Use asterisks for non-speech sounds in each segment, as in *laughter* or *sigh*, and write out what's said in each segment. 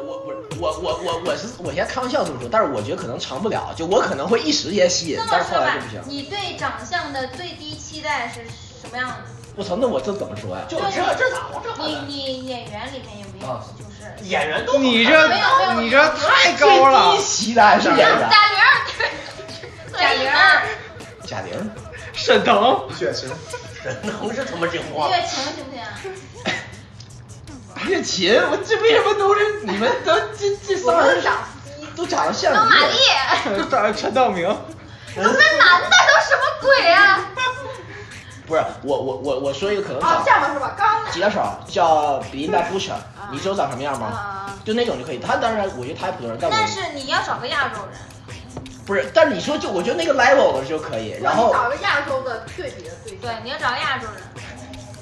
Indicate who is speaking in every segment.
Speaker 1: 我我我我是我现在开玩笑这么说，但是我觉得可能长不了，就我可能会一时间吸引
Speaker 2: 这，么
Speaker 1: 但是
Speaker 2: 说
Speaker 1: 后
Speaker 2: 吧
Speaker 1: 来就不行，。
Speaker 2: 你对长相的最低期待是什么样子？
Speaker 1: 我操，那我这怎么说呀？
Speaker 3: 就这这咋回事
Speaker 2: 你你演员里面有没有
Speaker 1: 啊
Speaker 2: 就是？
Speaker 3: 演员都
Speaker 4: 你
Speaker 3: 好看
Speaker 2: 没有没
Speaker 4: 这
Speaker 2: 有
Speaker 4: 你这太高了
Speaker 1: 最低，期待是演员
Speaker 2: 贾玲儿，贾玲儿，
Speaker 1: 贾 *laughs* 玲、
Speaker 4: 沈腾，
Speaker 1: 雪晴、
Speaker 3: 沈腾是他妈这话，
Speaker 2: 岳晴行不行啊？
Speaker 1: 岳琴，我这为什么都是你们都这这
Speaker 2: 我
Speaker 1: 仨
Speaker 2: 们
Speaker 1: 人
Speaker 2: 长
Speaker 1: 都长得像你？嗯
Speaker 2: 都玛丽，
Speaker 4: 大陈道明，
Speaker 2: 我们男的都什么鬼啊？
Speaker 1: 不是我我我我说一个可能
Speaker 5: 啊，
Speaker 1: 长
Speaker 5: 这样吧是吧？刚才
Speaker 1: 吉他手叫 Belinda Butcher，你
Speaker 2: 啊
Speaker 1: 知道长什么样吗？
Speaker 5: 啊，
Speaker 1: 就那种就可以，他当然我觉得他也普通人，但我
Speaker 2: 但是你要找个亚洲人，
Speaker 1: 不是，但是你说就我觉得那个 level 的就可以，然后
Speaker 5: 找个亚洲的对比的对象。
Speaker 2: 对，你要找个亚洲人，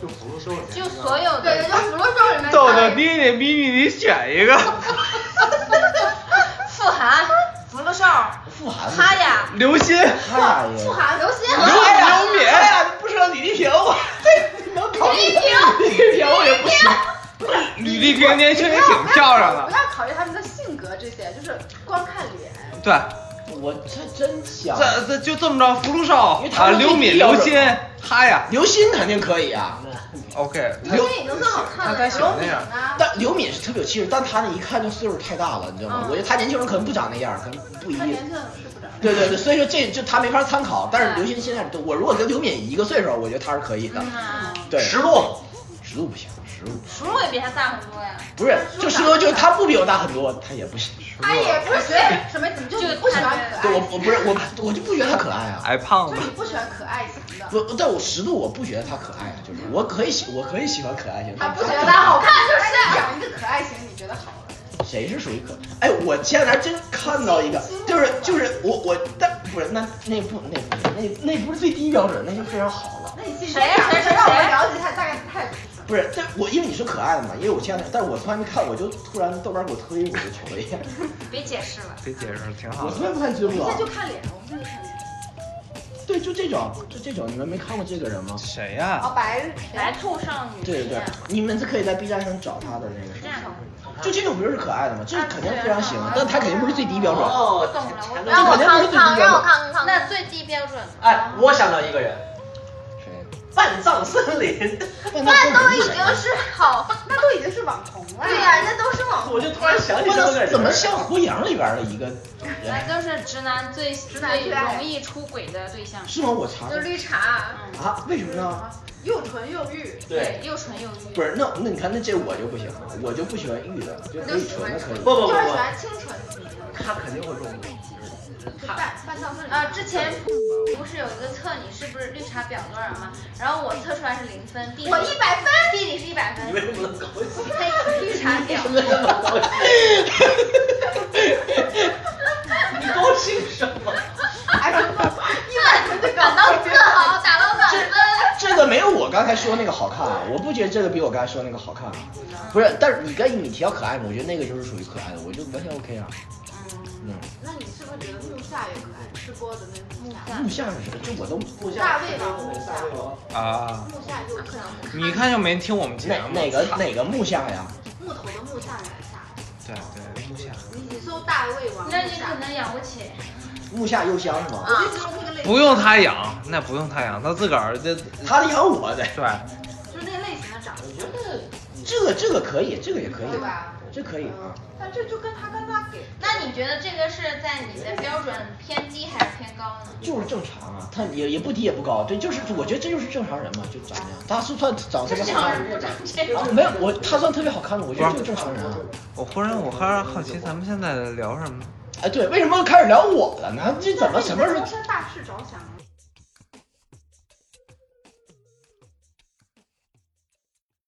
Speaker 3: 就不是说人
Speaker 2: 就所有
Speaker 5: 对，
Speaker 2: 的
Speaker 5: 就福禄寿里面
Speaker 4: 豆豆，你得逼逼你选一个，
Speaker 2: 富含、福禄寿、
Speaker 1: 富含
Speaker 2: 哈呀、
Speaker 4: 刘鑫，
Speaker 1: 他俩也
Speaker 5: 富含
Speaker 2: 刘鑫、
Speaker 4: 刘刘敏，
Speaker 1: 哎呀，不说李丽萍，我 *laughs* 这能考虑
Speaker 2: 李丽萍
Speaker 1: 李丽萍我也不行。
Speaker 4: 吕丽萍年轻也挺漂亮
Speaker 5: 不
Speaker 4: 的，
Speaker 5: 要考虑他们的性格这些，就是光看脸。
Speaker 4: 对，
Speaker 1: 我这真想，
Speaker 4: 这这就这么着，福禄寿
Speaker 1: 因为他
Speaker 4: 啊，
Speaker 1: 们
Speaker 4: 刘敏、
Speaker 1: 最低标
Speaker 4: 刘
Speaker 1: 准
Speaker 4: 鑫，他呀
Speaker 1: 刘鑫肯定可以啊，
Speaker 4: ，OK，
Speaker 1: 刘
Speaker 5: 所以能更好看的
Speaker 4: 他
Speaker 5: 刘
Speaker 4: 该
Speaker 5: 敏
Speaker 4: 想
Speaker 5: 啊，
Speaker 1: 但刘敏是特别有气质，但她那一看就岁数太大了，你知道吗？
Speaker 2: 嗯
Speaker 1: 我觉得她年轻人可能不长那样，可能不一
Speaker 5: 他
Speaker 1: 定
Speaker 5: 年。轻的是不长。
Speaker 1: 对对对，所以说这就她没法参考。但是刘鑫现在，我如果跟刘敏一个岁数，我觉得她是可以的。
Speaker 2: 嗯啊，
Speaker 1: 对，
Speaker 3: 石路，
Speaker 1: 十五不行，十五
Speaker 2: 熟路也比他大很多呀，
Speaker 1: 不是，就石头就是她不比我大很多，她也不行。
Speaker 5: 哎，也不是什么，你就
Speaker 2: 就
Speaker 5: 你不喜欢
Speaker 2: 看
Speaker 5: 可
Speaker 1: 对我
Speaker 5: 爱，
Speaker 1: 我不是我我就不觉得她可爱啊。
Speaker 4: 矮胖
Speaker 5: 就
Speaker 4: 子
Speaker 5: 是，你不喜欢可爱型的，
Speaker 1: 不，但我十度我不觉得她可爱啊，就是我可以喜我可以喜欢可爱型，
Speaker 5: 他
Speaker 1: 但
Speaker 5: 不
Speaker 1: 她
Speaker 5: 觉得好看就是讲一个可爱型，你觉得好了。
Speaker 1: 谁是属于可？哎，我前两天真看到一个，就是就是我我，但不是那那不那不是那那不是最低标准，那就非常好了。
Speaker 5: 那你
Speaker 2: 谁呀谁谁
Speaker 5: 让我
Speaker 2: 谁
Speaker 5: 了解一下大概的态度。
Speaker 1: 不是，但我因为你说可爱嘛，因为我前两天，但是我从来没看，我就突然豆瓣给我推，我就瞅了
Speaker 5: *laughs*
Speaker 1: 一眼，
Speaker 2: 别解释了。
Speaker 4: 这解释挺好
Speaker 1: 我
Speaker 4: 的
Speaker 1: 从。来不看直
Speaker 5: 我们现
Speaker 1: 播
Speaker 5: 在，就看脸，我们现在就看脸。
Speaker 1: 啊对，就这种，就这种，你们没看过这个人吗？
Speaker 4: 谁呀、
Speaker 5: 好，白日
Speaker 2: 白兔少女，
Speaker 1: 对对
Speaker 5: 啊
Speaker 1: 对，你们是可以在 B 站上找他的那个视
Speaker 2: 这
Speaker 1: 频，
Speaker 2: 样
Speaker 1: 就这种不就是可爱的吗？这肯定
Speaker 5: 啊
Speaker 1: 非常喜欢，但他肯定不是最低标准。
Speaker 3: 哦，
Speaker 2: 懂了我
Speaker 3: 前
Speaker 1: 让
Speaker 3: 头
Speaker 1: 我看看让我
Speaker 6: 看看
Speaker 2: 那最低标准呢？
Speaker 3: 哎，我想到一个人，
Speaker 1: 谁？
Speaker 3: 半藏森林，
Speaker 6: 都
Speaker 1: 那
Speaker 6: 已经是好，
Speaker 5: 那都已经是网红了。
Speaker 6: 对呀、那都是网红。
Speaker 3: 我就突然想起这么个
Speaker 1: 那
Speaker 3: 人，
Speaker 1: 怎么像《胡杨》里边的一个
Speaker 2: 那
Speaker 1: 人？
Speaker 2: 都是直男最最
Speaker 5: 男最爱
Speaker 2: 容易出轨的对象，
Speaker 1: 是吗？我查
Speaker 6: 就绿茶，
Speaker 2: 嗯，
Speaker 1: 啊？为什么呢？
Speaker 5: 又纯又欲，
Speaker 3: 对，
Speaker 2: 又纯又欲，
Speaker 1: 不是，那那你看，那这我就不行了，我就不喜欢玉的，就可以纯的可以。
Speaker 3: 不不不
Speaker 5: 就是喜
Speaker 3: 不，
Speaker 5: 欢清纯型的，
Speaker 3: 他肯定会中毒。
Speaker 5: 就半半藏分
Speaker 2: 啊，之前不是有一个测你是不是绿茶婊多少吗？然后我测出来是零分，弟弟
Speaker 5: 我一百分，
Speaker 2: 弟弟是一百分
Speaker 3: 你，为什么能高兴？
Speaker 2: 嘿，绿茶婊， *laughs*
Speaker 3: 你高兴什么？
Speaker 5: 哎，真的，一百分就搞
Speaker 2: 打到这好，打到满分，
Speaker 1: 这个没有我刚才说那个好看啊，我不觉得这个比我刚才说那个好看啊。不是，但是你跟你提到可爱嘛，我觉得那个就是属于可爱的，我就完全 OK 啊。嗯，
Speaker 5: 那你是不是觉得木下也可爱？吃播的那个木下，
Speaker 1: 木像是什么？这我都
Speaker 3: 木下
Speaker 5: 大胃王木下，
Speaker 4: 啊！
Speaker 5: 木下又可爱，
Speaker 4: 你一看就没听我们节
Speaker 1: 哪
Speaker 4: 目。
Speaker 1: 哪个哪个木像呀？
Speaker 5: 木头的木下也下，
Speaker 4: 对对，木下。
Speaker 5: 你搜大胃王木
Speaker 2: 那你
Speaker 5: 下
Speaker 2: 可，能养不起，
Speaker 1: 木下幽香是吗？
Speaker 5: 我就形容那个类型，
Speaker 4: 不用他养，那不用他养，他自个儿这对
Speaker 1: 他养我的，
Speaker 5: 就是那类型的长
Speaker 3: 我
Speaker 5: 相，
Speaker 3: 觉得
Speaker 1: 这个这个可以，这个也可以
Speaker 5: 对，吧？
Speaker 1: 这可以啊。
Speaker 5: 但这就跟他刚刚给
Speaker 2: 那你觉得这个是在你的标准偏低还是偏高呢？
Speaker 1: 就是正常啊，他也也不低也不高，对，就是我觉得这就是正常人嘛，就长那样。他是算长得特别好看的， *laughs* 没有我他算特别好看的，我觉得就是正常人啊。
Speaker 4: 我忽然我忽然好奇，咱们现在聊什么？
Speaker 1: 哎，对，为什么开始聊我了呢？这怎么什么时候
Speaker 5: 终？身大事着想啊？